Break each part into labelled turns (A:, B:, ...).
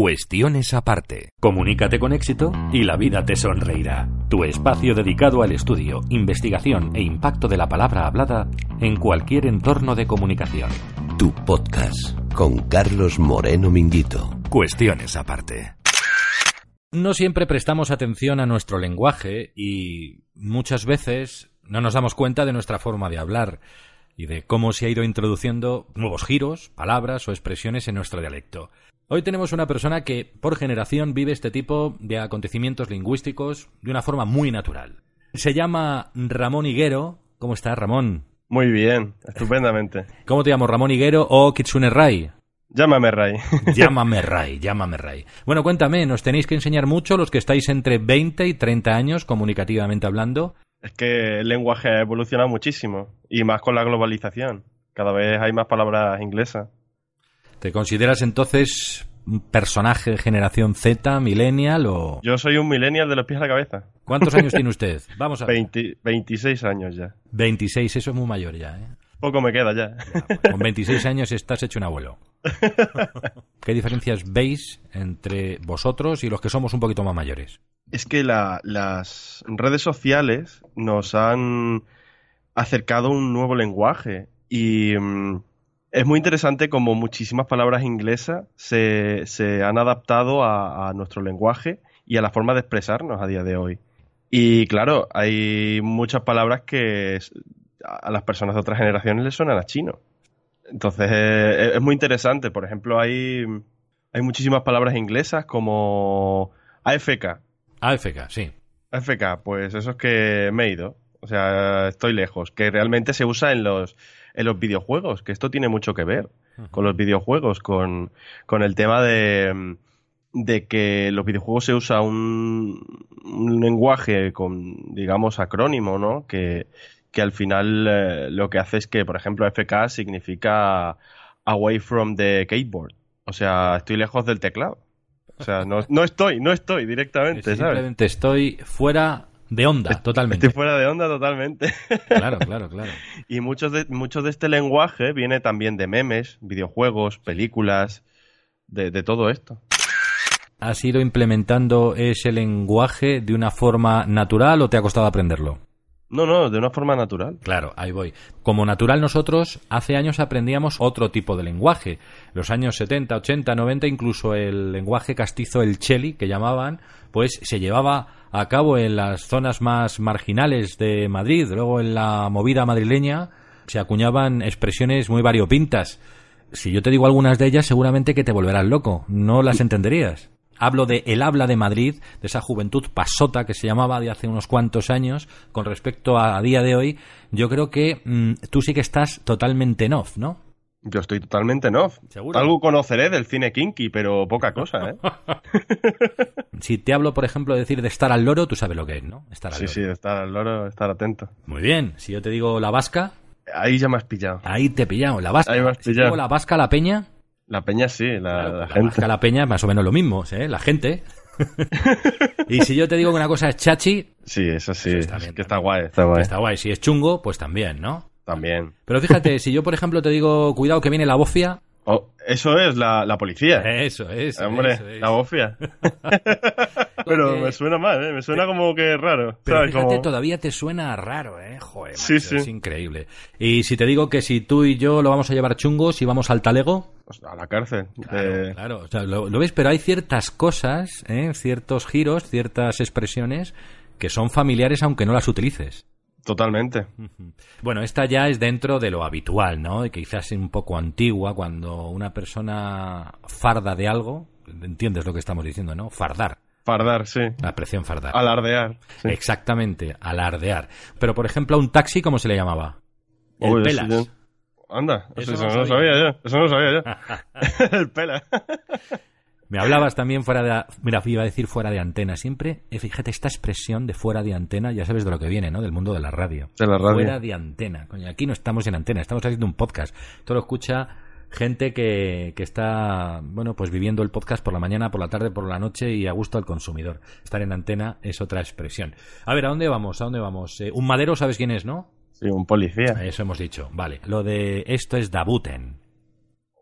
A: Cuestiones aparte.
B: Comunícate con éxito y la vida te sonreirá. Tu espacio dedicado al estudio, investigación e impacto de la palabra hablada en cualquier entorno de comunicación.
C: Tu podcast con Carlos Moreno Minguito.
A: Cuestiones aparte.
B: No siempre prestamos atención a nuestro lenguaje y muchas veces no nos damos cuenta de nuestra forma de hablar y de cómo se ha ido introduciendo nuevos giros, palabras o expresiones en nuestro dialecto. Hoy tenemos una persona que, por generación, vive este tipo de acontecimientos lingüísticos de una forma muy natural. Se llama Ramón Higuero. ¿Cómo está, Ramón?
D: Muy bien, estupendamente.
B: ¿Cómo te llamo, Ramón Higuero o Kitsune Rai?
D: Llámame Ray.
B: Llámame Ray, llámame Ray. Bueno, cuéntame, nos tenéis que enseñar mucho los que estáis entre 20 y 30 años comunicativamente hablando.
D: Es que el lenguaje ha evolucionado muchísimo, y más con la globalización. Cada vez hay más palabras inglesas.
B: ¿Te consideras entonces un personaje generación Z, millennial o...?
D: Yo soy un millennial de los pies a la cabeza.
B: ¿Cuántos años tiene usted? Vamos a ver.
D: 20 26 años ya.
B: 26, eso es muy mayor ya, ¿eh?
D: Poco me queda ya.
B: Ya, pues, con 26 años estás hecho un abuelo. ¿Qué diferencias veis entre vosotros y los que somos un poquito más mayores?
D: Es que la- las redes sociales nos han acercado a un nuevo lenguaje y mm, es muy interesante como muchísimas palabras inglesas se, se han adaptado a, a nuestro lenguaje y a la forma de expresarnos a día de hoy. Y claro, hay muchas palabras que s- a a las personas de otras generaciones les suenan a chino. Entonces eh, es, es muy interesante. Por ejemplo, hay, hay muchísimas palabras inglesas como AFK,
B: AFK, sí.
D: FK, pues eso es que me he ido. O sea, estoy lejos. Que realmente se usa en los, en los videojuegos, que esto tiene mucho que ver con los videojuegos, con, con el tema de, de que en los videojuegos se usa un, un lenguaje con, digamos, acrónimo, ¿no? Que, que al final eh, lo que hace es que, por ejemplo, FK significa away from the keyboard. O sea, estoy lejos del teclado. O sea, no, no estoy, no estoy directamente, ¿sabes?
B: Simplemente estoy fuera de onda, totalmente.
D: Estoy fuera de onda totalmente.
B: Claro, claro, claro.
D: Y muchos de, muchos de este lenguaje viene también de memes, videojuegos, películas, de, de todo esto.
B: ¿Has ido implementando ese lenguaje de una forma natural o te ha costado aprenderlo?
D: No, no, de una forma natural.
B: Claro, ahí voy. Como natural nosotros, hace años aprendíamos otro tipo de lenguaje. Los años 70, 80, 90, incluso el lenguaje castizo, el cheli, que llamaban, pues se llevaba a cabo en las zonas más marginales de Madrid. Luego en la movida madrileña se acuñaban expresiones muy variopintas. Si yo te digo algunas de ellas, seguramente que te volverás loco. No las entenderías. Hablo de el habla de Madrid, de esa juventud pasota que se llamaba de hace unos cuantos años, con respecto a, a día de hoy. Yo creo que mm, tú sí que estás totalmente en off, ¿no?
D: Yo estoy totalmente en off.
B: ¿Seguro?
D: Algo conoceré del cine kinky, pero poca cosa, ¿eh?
B: Si te hablo, por ejemplo, de decir de estar al loro, tú sabes lo que es, ¿no? Estar al
D: sí,
B: loro.
D: sí, estar al loro, estar atento.
B: Muy bien. Si yo te digo la vasca,
D: Ahí ya me has pillado.
B: ahí te pillamos. La vasca.
D: Ahí me has
B: Si te
D: pillado.
B: digo la vasca, la peña,
D: La peña sí, la,
B: Claro, pues,
D: la
B: la
D: gente.
B: vasca, la peña, es más o menos lo mismo, ¿eh? La gente. y si yo te digo que una cosa es chachi,
D: Sí, eso sí.
B: Eso está
D: es
B: bien, también.
D: que está guay, está guay.
B: Está guay, si es chungo, pues también, ¿no?
D: También.
B: Pero fíjate, si yo, por ejemplo, te digo, cuidado que viene la bofia.
D: Oh, eso es la, la policía.
B: Eso, eso.
D: Hombre,
B: eso es.
D: la bofia. pero
B: Porque-
D: me suena mal, ¿eh? Me suena como que raro.
B: Pero
D: ¿sabes?
B: fíjate,
D: Como-
B: todavía te suena raro, ¿eh? Joder,
D: Sí,
B: macho,
D: sí.
B: es increíble. Y si te digo que si tú y yo lo vamos a llevar chungo, si vamos al talego.
D: Pues a la cárcel.
B: Claro,
D: Eh,
B: claro. O sea, lo, lo ves, pero hay ciertas cosas, ¿eh? ciertos giros, ciertas expresiones que son familiares aunque no las utilices.
D: Totalmente.
B: Mm. Bueno, esta ya es dentro de lo habitual, ¿no? Y quizás es un poco antigua cuando una persona farda de algo, entiendes lo que estamos diciendo, ¿no? Fardar,
D: Fardar, sí.
B: la expresión fardar.
D: Alardear. sí.
B: Exactamente, alardear. Pero por ejemplo, a un taxi, ¿cómo se le llamaba? El
D: Uy, eso
B: pelas.
D: yo- Anda,
B: Eso
D: eso, eso
B: no
D: no lo
B: sabía.
D: sabía yo. Eso no lo sabía yo. el pelas.
B: Me hablabas también fuera de... Mira, iba a decir fuera de antena siempre. eh, Fíjate, esta expresión de fuera de antena, ya sabes de lo que viene, ¿no? Del mundo de la radio.
D: De la radio.
B: Fuera de antena. Coño, aquí no estamos en antena, estamos haciendo un podcast. Esto lo escucha gente que, que está, bueno, pues viviendo el podcast por la mañana, por la tarde, por la noche y a gusto al consumidor. Estar en antena es otra expresión. A ver, ¿a dónde vamos? ¿A dónde vamos? Eh, un madero, ¿sabes quién es, no?
D: Sí, un policía.
B: Eso hemos dicho. Vale. Lo de esto es Dabuten.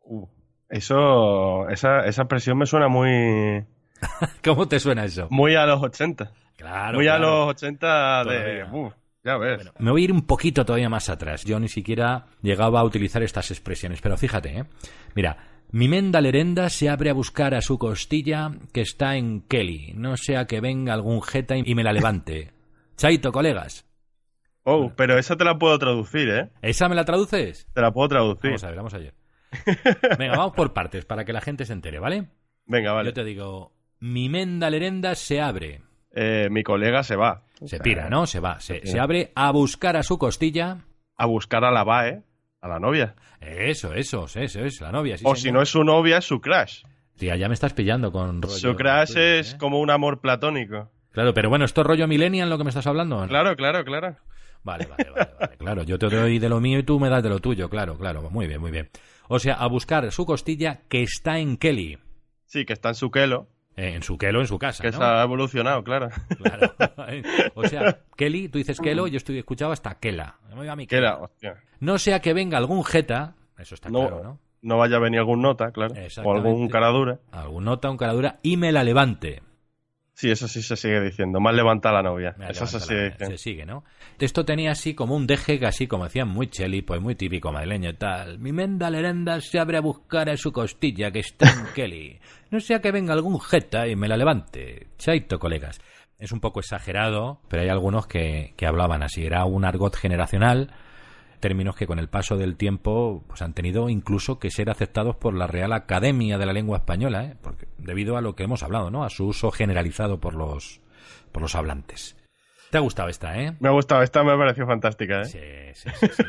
D: Uh, Eso, esa, esa expresión me suena muy,
B: ¿Cómo te suena eso?
D: muy a los 80.
B: Claro.
D: muy
B: claro.
D: a los 80 de...
B: Todavía.
D: uf, ya ves.
B: Bueno, me voy a ir un poquito todavía más atrás. Yo ni siquiera llegaba a utilizar estas expresiones, pero fíjate, ¿eh? Mira, mi menda lerenda se abre a buscar a su costilla que está en Kelly. No sea que venga algún jeta y me la levante. Chaito, colegas.
D: oh, pero esa te la puedo traducir, ¿eh?
B: ¿Esa me la traduces?
D: Te la puedo traducir.
B: Vamos a ver, vamos allá. Venga, vamos por partes para que la gente se entere, ¿vale?
D: Venga, vale.
B: Yo te digo, mi menda lerenda se abre.
D: Eh, mi colega se va.
B: Se pira, ¿no? Se va. Se, se abre a buscar a su costilla.
D: A buscar a la VAE, a la novia.
B: Eso, eso, eso es, la novia. sí,
D: o
B: señor.
D: si no es su novia, es su crush.
B: Tía, ya me estás pillando con rollo.
D: Su crush
B: tuyo, ¿eh?
D: es como un amor platónico.
B: Claro, pero bueno, ¿esto es rollo millennial lo que me estás hablando? o no?
D: Claro, claro, claro.
B: Vale, vale, vale, vale, Claro, yo te doy de lo mío y tú me das de lo tuyo, claro, claro. Muy bien, muy bien. O sea, a buscar su costilla que está en Kelly.
D: Sí, que está en su kelo,
B: Eh, en su Kelo, en su casa,
D: que
B: ¿no?
D: se ha evolucionado, claro.
B: Claro. o sea, Kelly, tú dices Kelo, yo estoy escuchado hasta Kela. Me voy a mi
D: que
B: Kela.
D: era, hostia.
B: No sea que venga algún jeta, eso está
D: No,
B: claro, ¿no?
D: no vaya a venir algún nota, claro. O
B: Exactamente.
D: algún caradura.
B: Algún nota, un caradura y me la levante.
D: Sí, eso sí se sigue diciendo. Más levanta la novia.
B: Me
D: eso se
B: levanta
D: sigue
B: la-
D: diciendo.
B: se sigue, ¿no? Esto tenía así como un deje que así como decían muy cheli, pues muy típico madrileño y tal. Mi menda lerenda se abre a buscar a su costilla que está en Kelly. No sea que venga algún jeta y me la levante. Chaito, colegas. Es un poco exagerado, pero hay algunos que, que hablaban así. Era un argot generacional, términos que con el paso del tiempo pues han tenido incluso que ser aceptados por la Real Academia de la Lengua Española, ¿eh? Porque, debido a lo que hemos hablado, ¿no? A su uso generalizado por los, por los hablantes. Te ha gustado esta, ¿eh?
D: Me ha gustado, esta me pareció fantástica, ¿eh?
B: Sí, sí, sí, sí.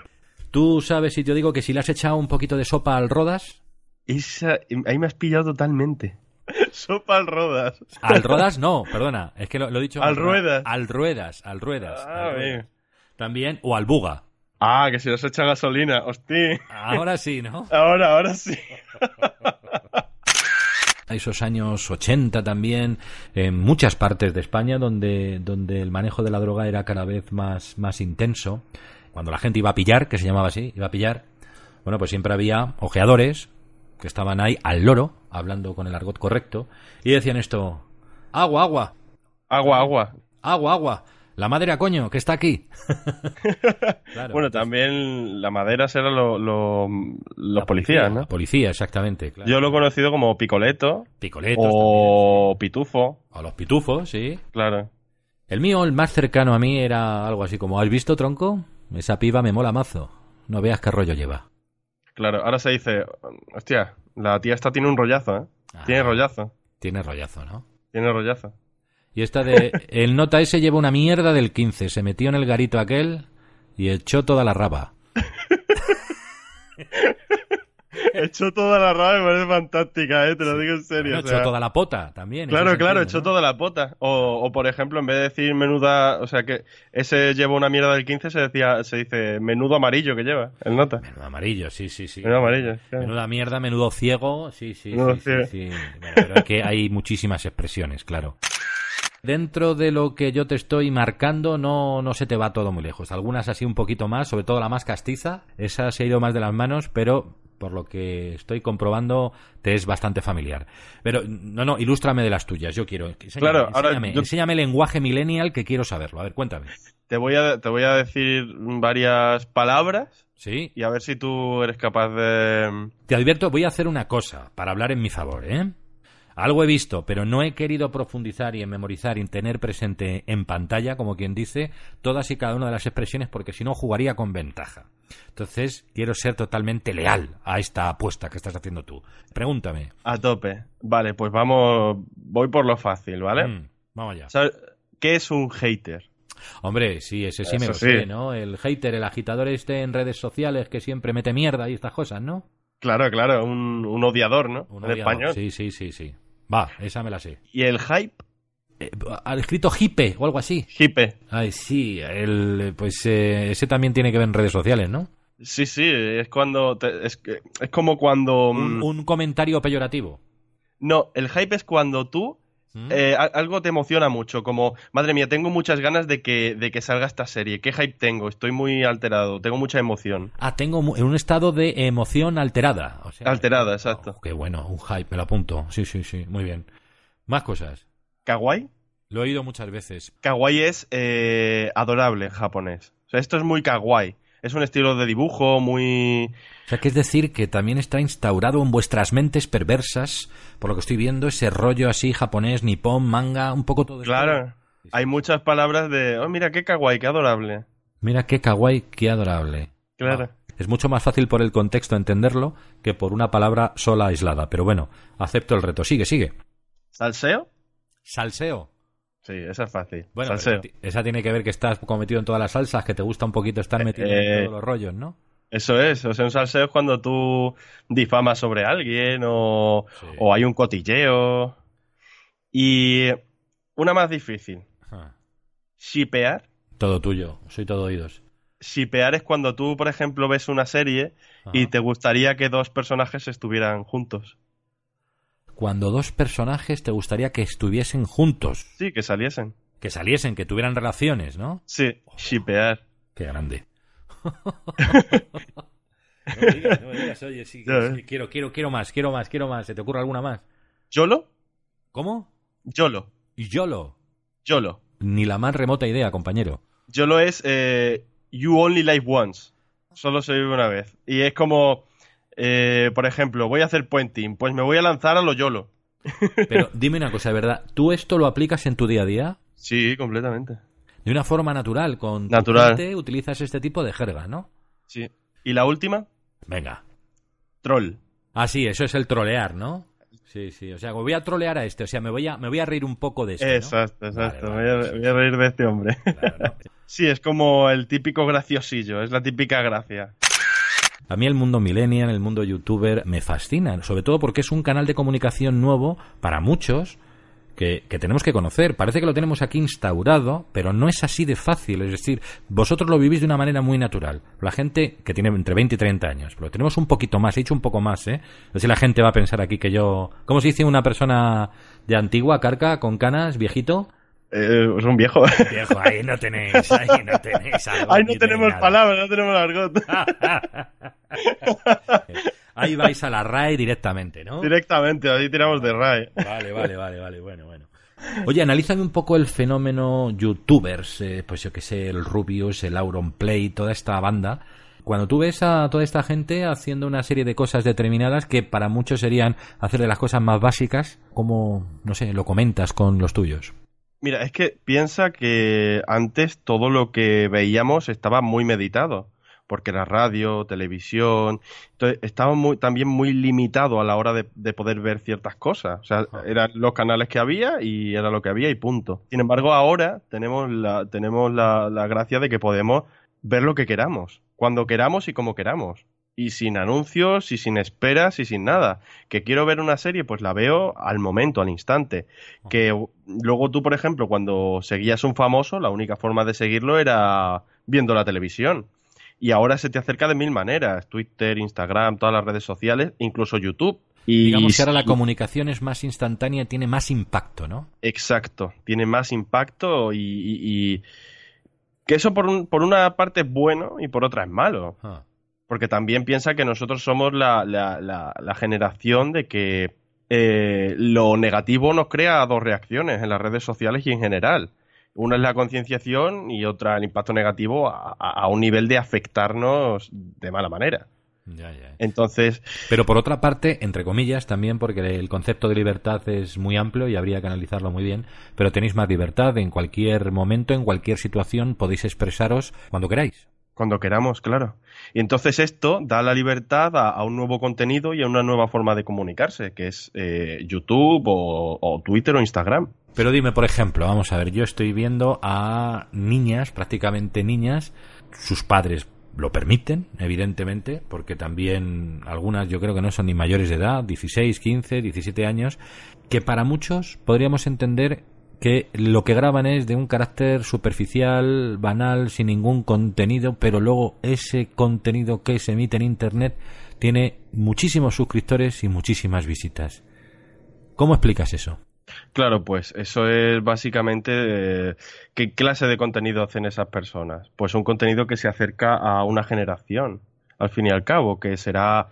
B: Tú sabes si yo digo que si le has echado un poquito de sopa al Rodas,
D: Esa- ahí me has pillado totalmente. Sopa al rodas.
B: al Rodas no, perdona, es que lo, lo he dicho
D: Al
B: Ro-
D: Ruedas.
B: al Ruedas, al Ruedas,
D: Ah,
B: al Ruedas.
D: bien.
B: también o al Buga.
D: Ah, que si nos echa gasolina, hostia.
B: Ahora sí, ¿no?
D: Ahora, ahora sí.
B: a esos años 80 también, en muchas partes de España donde, donde el manejo de la droga era cada vez más, más intenso, cuando la gente iba a pillar, que se llamaba así, iba a pillar, bueno, pues siempre había ojeadores que estaban ahí al loro, hablando con el argot correcto, y decían esto, agua, agua,
D: Agua, agua.
B: agua, agua, la madre a coño, que está aquí. Claro.
D: bueno, también la madera será lo, lo- los
B: La
D: policías,
B: La
D: ¿no?
B: policía, exactamente, claro.
D: Yo lo he conocido como picoleto
B: Picoletos
D: o pitufo,
B: también, o los pitufos, sí.
D: claro.
B: El mío, el más cercano a mí, era algo así como, ¿has visto, tronco? Esa piba me mola mazo. No veas qué rollo lleva.
D: Claro, ahora se dice, hostia, la tía esta tiene un rollazo, ¿eh?
B: Ah,
D: Tiene rollazo,
B: Tiene rollazo, ¿no?
D: tiene rollazo.
B: Y esta de, el nota ese lleva una mierda del 15, se metió en el garito aquel y echó toda la raba.
D: Echó toda la raba, me parece fantástica, ¿eh? Te lo digo en serio.
B: Bueno,
D: o
B: echó
D: sea,
B: toda la pota también. en
D: Claro,
B: ese
D: claro,
B: sentido,
D: echó
B: ¿no?
D: toda la pota. O, o, por ejemplo, en vez de decir menuda, o sea, que ese lleva una mierda del 15, se decía, se dice menudo amarillo que lleva, el nota.
B: Menudo amarillo, sí, sí, sí.
D: Menudo amarillo. claro.
B: Menuda mierda, menudo ciego, sí, sí,
D: Menudo
B: sí,
D: ciego.
B: sí, sí. Bueno, pero es que hay muchísimas expresiones, claro. Dentro de lo que yo te estoy marcando, no, no se te va todo muy lejos. Algunas así un poquito más, sobre todo la más castiza, esa se ha ido más de las manos, pero por lo que estoy comprobando, te es bastante familiar. Pero, no, no, ilústrame de las tuyas, yo quiero. Enséñame,
D: Claro, ahora
B: enséñame,
D: yo-
B: enséñame el lenguaje millennial que quiero saberlo. A ver, cuéntame.
D: Te voy a, te voy a decir varias palabras
B: Sí,
D: y a ver si tú eres capaz de.
B: Te advierto, voy a hacer una cosa para hablar en mi favor, ¿eh? Algo he visto, pero no he querido profundizar y en memorizar y en tener presente en pantalla, como quien dice, todas y cada una de las expresiones, porque si no jugaría con ventaja. Entonces, quiero ser totalmente leal a esta apuesta que estás haciendo tú. Pregúntame.
D: A tope. Vale, pues vamos. Voy por lo fácil, ¿vale?
B: Mm, vamos allá.
D: ¿Sabes ¿Qué es un hater?
B: Hombre, sí, ese sí me
D: Eso
B: lo sé,
D: sí.
B: ¿no? El hater, el agitador este en redes sociales que siempre mete mierda y estas cosas, ¿no?
D: Claro, claro, un, un odiador, ¿no?
B: Un
D: en
B: odiador.
D: español.
B: Sí, sí, sí, sí. Va, esa me la sé.
D: Y el hype,
B: Eh, ha escrito hipe o algo así.
D: hipe.
B: Ay, sí, el, pues eh, ese también tiene que ver en redes sociales, ¿no?
D: Sí, sí, es cuando. te- es, que- es como cuando.
B: Un,
D: mm,
B: un comentario peyorativo.
D: No, el hype es cuando tú
B: ¿Mm?
D: eh, a- algo te emociona mucho, como, madre mía, tengo muchas ganas de que, de que salga esta serie, qué hype tengo, estoy muy alterado, tengo mucha emoción.
B: Ah, tengo mu- en un estado de emoción alterada. O sea,
D: Alterada, exacto.
B: oh, qué bueno, un hype, me lo apunto. Sí, sí, sí, muy bien. Más cosas.
D: ¿Kawaii?
B: Lo he oído muchas veces.
D: Kawaii es eh, adorable en japonés. O sea, esto es muy kawaii. Es un estilo de dibujo muy...
B: O sea, que es decir que también está instaurado en vuestras mentes perversas, por lo que estoy viendo, ese rollo así japonés, nipón, manga, un poco todo. esto.
D: Claro. Hay muchas palabras de... Oh, mira, qué kawaii, qué adorable.
B: Mira qué kawaii, qué adorable.
D: Claro.
B: Ah, es mucho más fácil por el contexto entenderlo que por una palabra sola aislada. Pero bueno, acepto el reto. Sigue, sigue.
D: ¿Salseo?
B: Salseo.
D: Sí, esa es fácil.
B: Bueno, pero
D: Salseo.
B: ti- esa tiene que ver que estás cometido en todas las salsas, que te gusta un poquito estar metido en
D: eh.
B: todos los rollos, ¿no?
D: Eso es. O sea, un salseo es cuando tú difamas sobre alguien o,
B: Sí.
D: o hay un cotilleo. Y una más difícil.
B: Ajá.
D: Shipear.
B: Ah. Todo tuyo, soy todo oídos.
D: Shipear es cuando tú, por ejemplo, ves una serie y
B: Ajá.
D: te gustaría que dos personajes estuvieran juntos.
B: Cuando dos personajes te gustaría que estuviesen juntos,
D: Sí, que saliesen.
B: que saliesen, que tuvieran relaciones, ¿no?
D: Sí, shipear.
B: Qué grande. no me digas, no me digas, oye, sí,
D: Ya,
B: sí, quiero, quiero, quiero más, quiero más, quiero más. ¿Se te ocurre alguna más?
D: ¿Yolo?
B: ¿Cómo?
D: Yolo.
B: Y YOLO.
D: Yolo.
B: Ni la más remota idea, compañero.
D: Yolo es eh, You Only Live Once. Solo se vive una vez. Y es como, eh, por ejemplo, voy a hacer puenting. Pues me voy a lanzar a lo Yolo.
B: Pero dime una cosa, de ¿verdad? ¿Tú esto lo aplicas en tu día a día?
D: Sí, completamente.
B: De una forma natural, con tu
D: Natural.
B: gente utilizas este tipo de jerga, ¿no?
D: Sí. ¿Y la última?
B: Venga.
D: Troll.
B: Ah, sí, eso es el trolear, ¿no? Sí, sí. O sea, como voy a trolear a este, o sea, me voy a, me voy a reír un poco de este. ¿no?
D: Exacto, exacto.
B: Vale,
D: voy,
B: vale,
D: a,
B: sí,
D: voy a reír de este hombre.
B: claro, ¿no?
D: sí, es como el típico graciosillo. Es la típica gracia.
B: A mí el mundo millennial, el mundo youtuber, me fascina, sobre todo porque es un canal de comunicación nuevo para muchos que, que tenemos que conocer. Parece que lo tenemos aquí instaurado, pero no es así de fácil. Es decir, vosotros lo vivís de una manera muy natural. La gente que tiene entre 20 y 30 años, pero tenemos un poquito más, he dicho un poco más, ¿eh? No sé si la gente va a pensar aquí que yo... ¿Cómo se dice una persona de antigua, carca, con canas, viejito?
D: Eh, es un viejo.
B: Viejo, ahí no tenéis, ahí no tenéis. algo,
D: Ahí
B: aquí
D: no tenemos
B: nada.
D: palabras, no tenemos argot.
B: Ahí vais a la RAE directamente, ¿no?
D: Directamente, ahí tiramos de RAE.
B: Vale, vale, vale, vale, bueno, bueno. Oye, analízame un poco el fenómeno youtubers, eh, pues yo que sé, el Rubius, el Auron Play, toda esta banda. Cuando tú ves a toda esta gente haciendo una serie de cosas determinadas que para muchos serían hacer de las cosas más básicas, como, no sé, lo comentas con los tuyos.
D: Mira, es que piensa que antes todo lo que veíamos estaba muy meditado, porque era radio, televisión, entonces estaba muy, también muy limitado a la hora de, de poder ver ciertas cosas. O sea, eran los canales que había y era lo que había y punto. Sin embargo, ahora tenemos la, tenemos la, la gracia de que podemos ver lo que queramos, cuando queramos y como queramos. Y sin anuncios, y sin esperas, y sin nada. Que quiero ver una serie, pues la veo al momento, al instante que luego tú, por ejemplo, cuando seguías un famoso, la única forma de seguirlo era viendo la televisión. Y ahora se te acerca de mil maneras, Twitter, Instagram, todas las redes sociales, incluso YouTube. Y
B: Digamos que ahora la comunicación es más instantánea, tiene más impacto, ¿no?
D: Exacto, tiene más impacto y, y- y- que eso por, un- por una parte es bueno y por otra es malo.
B: Ah.
D: Porque también piensa que nosotros somos la, la- la- la generación de que eh, lo negativo nos crea dos reacciones en las redes sociales y en general. Una es la concienciación y otra el impacto negativo a, a- a un nivel de afectarnos de mala manera.
B: Ya, ya.
D: Entonces,
B: Pero por otra parte, entre comillas, también porque el concepto de libertad es muy amplio y habría que analizarlo muy bien, pero tenéis más libertad en cualquier momento, en cualquier situación, podéis expresaros cuando queráis.
D: cuando queramos, claro. Y entonces esto da la libertad a, a un nuevo contenido y a una nueva forma de comunicarse, que es eh, YouTube o- o Twitter o Instagram.
B: Pero dime, por ejemplo, vamos a ver, yo estoy viendo a niñas, prácticamente niñas, sus padres lo permiten, evidentemente, porque también algunas yo creo que no son ni mayores de edad, 16, 15, 17 años, que para muchos podríamos entender que lo que graban es de un carácter superficial, banal, sin ningún contenido, pero luego ese contenido que se emite en Internet tiene muchísimos suscriptores y muchísimas visitas. ¿Cómo explicas eso?
D: Claro, pues eso es básicamente eh, qué clase de contenido hacen esas personas. Pues un contenido que se acerca a una generación, al fin y al cabo, que será,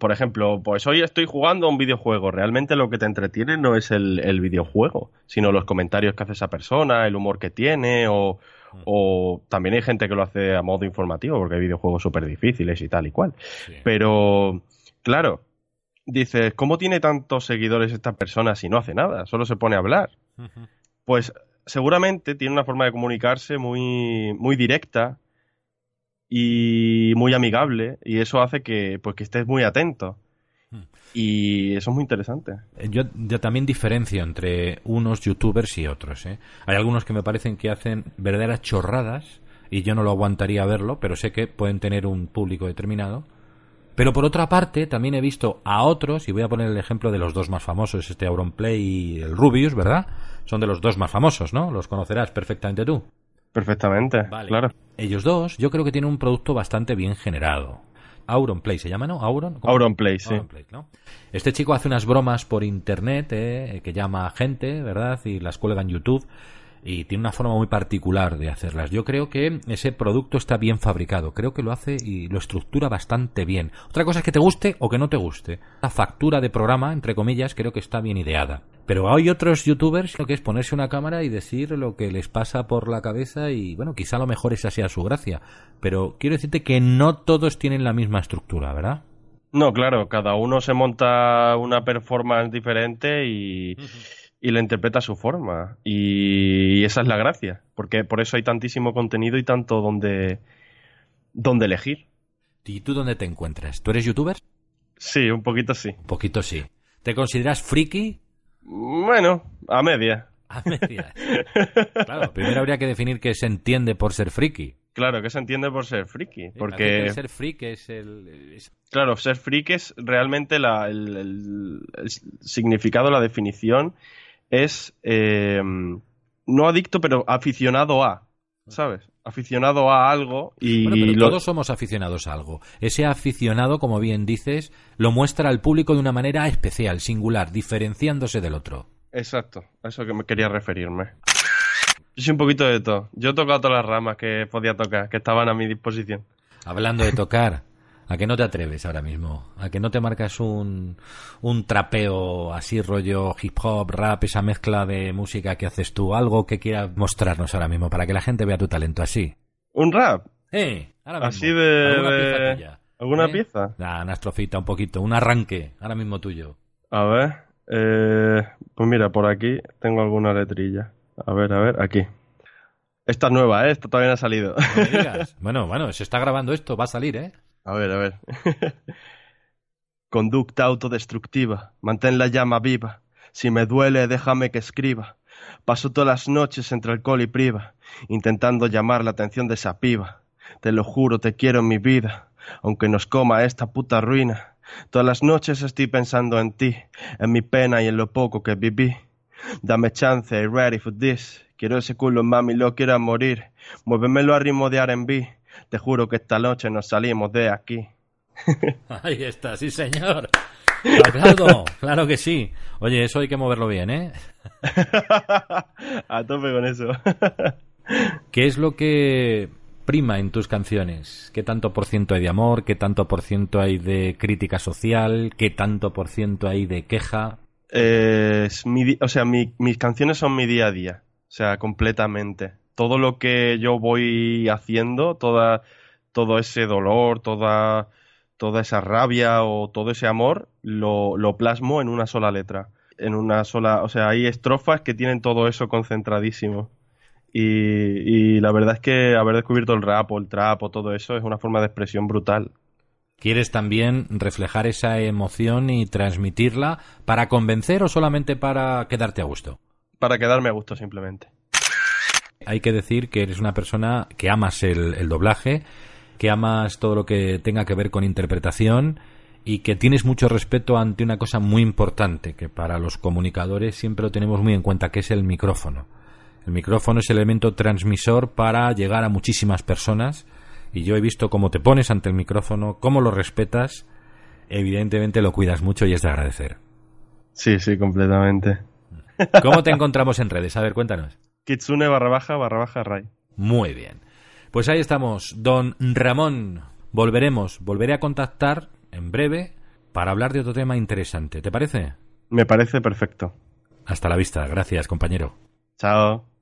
D: por ejemplo, pues hoy estoy jugando a un videojuego. Realmente lo que te entretiene no es el, el videojuego, sino los comentarios que hace esa persona, el humor que tiene o, o también hay gente que lo hace a modo informativo, porque hay videojuegos súper difíciles y tal y cual. Pero, claro, dices, ¿cómo tiene tantos seguidores esta persona si no hace nada? Solo se pone a hablar.
B: Ujú.
D: Pues seguramente tiene una forma de comunicarse muy, muy directa y muy amigable, y eso hace que, pues, que estés muy atento.
B: Hmm.
D: Y eso es muy interesante.
B: Eh, Yo, yo también diferencio entre unos youtubers y otros. ¿eh? Hay algunos que me parecen que hacen verdaderas chorradas y yo no lo aguantaría verlo, pero sé que pueden tener un público determinado. Pero por otra parte, también he visto a otros, y voy a poner el ejemplo de los dos más famosos, este Auronplay y el Rubius, ¿verdad? Son de los dos más famosos, ¿no? Los conocerás perfectamente tú.
D: Perfectamente,
B: Vale.
D: claro.
B: Ellos dos, yo creo que tienen un producto bastante bien generado. Auronplay se llama, ¿no? Auron. ¿cómo?
D: Auronplay, sí.
B: Auronplay, ¿no? Este chico hace unas bromas por internet, eh, que llama a gente, ¿verdad? Y las cuelga en YouTube. Y tiene una forma muy particular de hacerlas. Yo creo que ese producto está bien fabricado. Creo que lo hace y lo estructura bastante bien. Otra cosa es que te guste o que no te guste. La factura de programa, entre comillas, creo que está bien ideada. Pero hay otros youtubers lo que es ponerse una cámara y decir lo que les pasa por la cabeza y bueno, quizá a lo mejor esa sea su gracia. Pero quiero decirte que no todos tienen la misma estructura, ¿verdad?
D: No, claro, cada uno se monta una performance diferente y, y la interpreta a su forma. Y, esa es la gracia, porque por eso hay tantísimo contenido y tanto donde, donde elegir.
B: ¿Y tú dónde te encuentras? ¿Tú eres youtuber?
D: Sí, un poquito sí.
B: Un poquito sí. ¿Te consideras friki?
D: Bueno, a media.
B: A medias. claro, primero habría que definir qué se entiende por ser friki. Eh,
D: Claro, que se entiende por ser friki,
B: Sí, parece que
D: porque
B: el ser friki es el... es-
D: Claro, ser freak es realmente la- el, el- el significado, la definición es eh, no adicto, pero aficionado a, ¿sabes? Aficionado a algo y
B: Bueno, pero
D: lo-
B: todos somos aficionados a algo. Ese aficionado, como bien dices, lo muestra al público de una manera especial, singular, diferenciándose del otro.
D: Exacto, a eso que me quería referirme. Yo soy un poquito de todo. Yo he tocado todas las ramas que podía tocar, que estaban a mi disposición.
B: Hablando de tocar, ¿a que no te atreves ahora mismo? ¿A que no te marcas un, un trapeo así rollo hip hop, rap, esa mezcla de música que haces tú? Algo que quieras mostrarnos ahora mismo para que la gente vea tu talento así.
D: Un rap,
B: ¡Eh! Ahora mismo.
D: Así de-
B: ¿Alguna
D: de-
B: pieza tuya?
D: ¿alguna
B: ¿Eh?
D: pieza?
B: Nah, una estrofita, un poquito, un arranque, ahora mismo tuyo.
D: A ver, eh, pues mira, por aquí tengo alguna letrilla. A ver, a ver, aquí. Esta es nueva, ¿eh? Esta todavía no ha salido.
B: No me digas. bueno, bueno, se está grabando esto, va a salir, ¿eh?
D: A ver, a ver. Conducta autodestructiva, mantén la llama viva. Si me duele, déjame que escriba. Paso todas las noches entre alcohol y priva, intentando llamar la atención de esa piba. Te lo juro, te quiero en mi vida, aunque nos coma esta puta ruina. Todas las noches estoy pensando en ti, en mi pena y en lo poco que viví. Dame chance, I ready for this. Quiero ese culo, mami, lo quiero a morir. Muévemelo a ritmo de R&B. Te juro que esta noche nos salimos de aquí.
B: Ahí está, sí señor. Aplaudo, claro que sí. Oye, eso hay que moverlo bien, ¿eh?
D: a tope con eso.
B: ¿Qué es lo que prima en tus canciones? ¿Qué tanto por ciento hay de amor? ¿Qué tanto por ciento hay de crítica social? ¿Qué tanto por ciento hay de queja?
D: Eh, es mi di- o sea, mi- mis canciones son mi día a día. O sea, completamente. Todo lo que yo voy haciendo, toda, todo ese dolor, toda, toda esa rabia o todo ese amor, lo, lo plasmo en una sola letra. En una sola. O sea, hay estrofas que tienen todo eso concentradísimo. Y, y la verdad es que haber descubierto el rap o el trap o todo eso es una forma de expresión brutal.
B: ¿Quieres también reflejar esa emoción y transmitirla para convencer o solamente para quedarte a gusto?
D: Para quedarme a gusto, simplemente.
B: Hay que decir que eres una persona que amas el, el doblaje, que amas todo lo que tenga que ver con interpretación y que tienes mucho respeto ante una cosa muy importante que para los comunicadores siempre lo tenemos muy en cuenta, que es el micrófono. El micrófono es el elemento transmisor para llegar a muchísimas personas y yo he visto cómo te pones ante el micrófono, cómo lo respetas, evidentemente lo cuidas mucho y es de agradecer.
D: Sí, sí, completamente.
B: ¿Cómo te encontramos en redes? A ver, cuéntanos.
D: Kitsune barra baja barra baja Rai.
B: Muy bien. Pues ahí estamos, don Ramón. Volveremos, volveré a contactar en breve para hablar de otro tema interesante. ¿Te parece?
D: Me parece perfecto.
B: Hasta la vista. Gracias, compañero.
D: Chao.